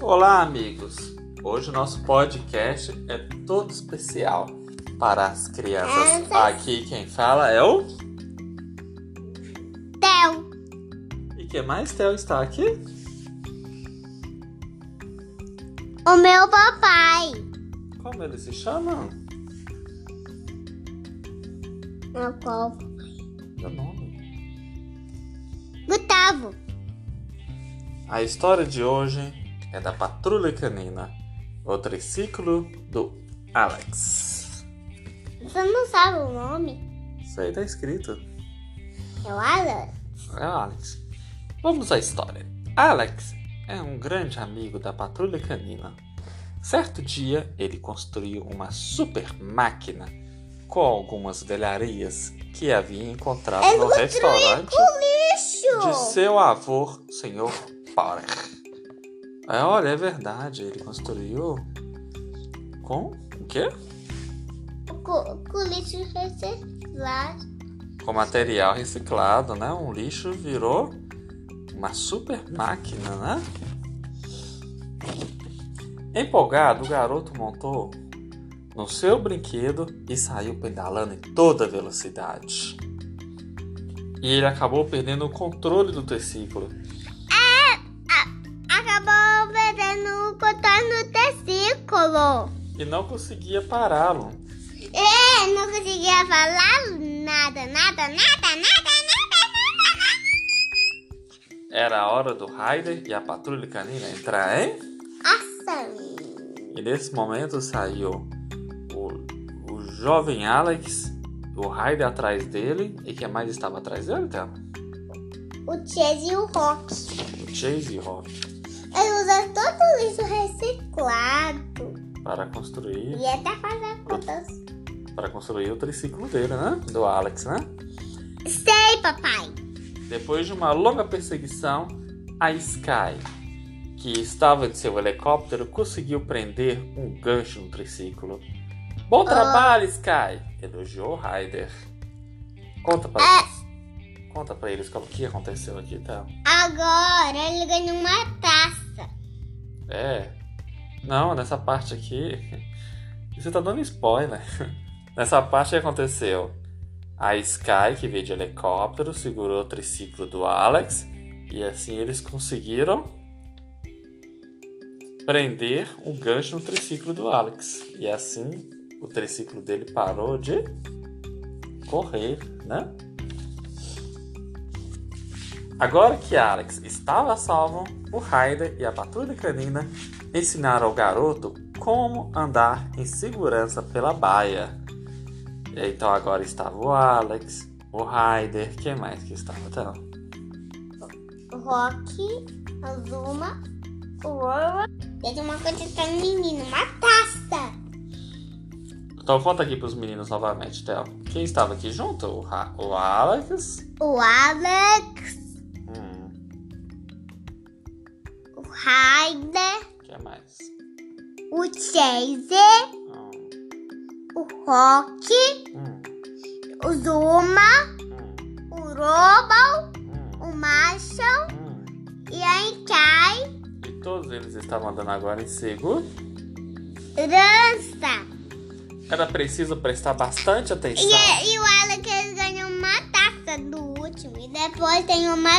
Olá, amigos! Hoje o nosso podcast é todo especial para as crianças. Ah, Aqui quem fala é o. Theo, E quem mais, Theo, está aqui? o meu papai. Como eles se chamam? Meu povo. Meu nome. Gustavo. A história de hoje é da Patrulha Canina, o triciclo do Alex. Você não sabe o nome? Isso aí tá escrito. É o Alan. É o Alex. Vamos à história. Alex é um grande amigo da Patrulha Canina. Certo dia, ele construiu uma super máquina com algumas galharias que havia encontrado no restaurante de Lixo. seu avô, Sr. Potter. É, olha, é verdade, ele construiu com o quê? Com, com lixo reciclado. com material reciclado, né? Um lixo virou uma super máquina, né? Empolgado, o garoto montou no seu brinquedo e saiu pedalando em toda velocidade. E ele acabou perdendo o controle do triciclo. Acabou perdendo o contorno no testículo. e não conseguia pará-lo. É, não conseguia falar nada, nada, nada, nada. Era a hora do Raider e a patrulha canina entrar, hein? Ação. E nesse momento saiu o, o jovem Alex, o Raider atrás dele. E quem mais estava atrás dele, Tela? O Chase e o Rock. O Chase Rock. Ele usa todo o lixo reciclado. Para construir, E até fazer contas. para construir o triciclo dele, né? Do Alex, né? Sei, papai. Depois de uma longa perseguição, a Sky, que estava de seu helicóptero, conseguiu prender um gancho no triciclo. Bom trabalho, Sky! Elogiou o Ryder. Conta pra eles. Conta pra eles como que aconteceu aqui, tá? Agora ele ganhou uma taça. É. Não, nessa parte aqui. Você tá dando spoiler. Nessa parte que aconteceu. A Sky, que veio de helicóptero, segurou o triciclo do Alex. E assim eles conseguiram prender um gancho no triciclo do Alex. E assim o triciclo dele parou de correr, né? Agora que Alex estava salvo, o Raider e a patrulha canina ensinaram ao garoto como andar em segurança pela baia. E Então agora estava o Alex, o Raider, quem mais que estava? Então, O Rock, a Zuma, o Orla. E de uma coisa pra menino, uma taça. então conta aqui para os meninos novamente, Theo. Quem estava aqui junto? O, Ra- o Alex, O Alex, hum, o Raider, quem mais? o Chase, Hum, o Rock, hum, o Zuma, hum, o Roba, hum, o Marshall hum. e a Enkai. E todos eles estavam andando agora em seguro. Dança. Era preciso prestar bastante atenção. E, e o Alex ele ganhou uma taça do último. E depois tem uma.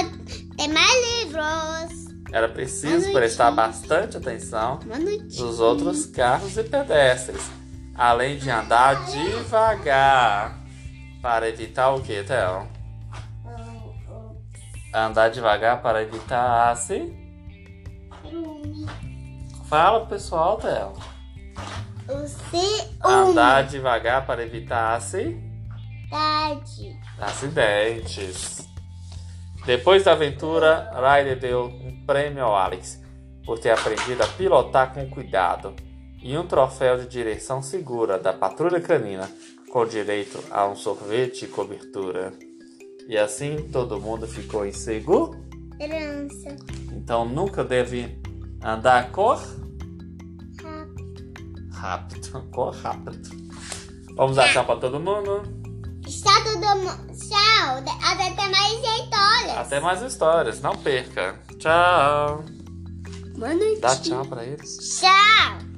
Tem mais livros. Era preciso Boa prestar noite. bastante atenção Mano, nos outros carros e pedestres, além de andar devagar para evitar o que, Theo? Andar devagar para evitar acidente. Fala pro pessoal, Theo. O Ah, C1. Andar devagar para evitar acidente. tá. Verdade. acidentes. Depois da aventura, Ryder deu um prêmio ao Alex por ter aprendido a pilotar com cuidado e um troféu de direção segura da Patrulha Canina com direito a um sorvete e cobertura. E assim todo mundo ficou inseguro. Trança. Então nunca deve andar cor Rápido. rápido. Cor rápido. Vamos achar para todo mundo. Está todo mundo. Tchau. Até até mais jeito, olha. Até mais histórias, não perca. Tchau. Boa noite. Dá tchau pra eles. Tchau!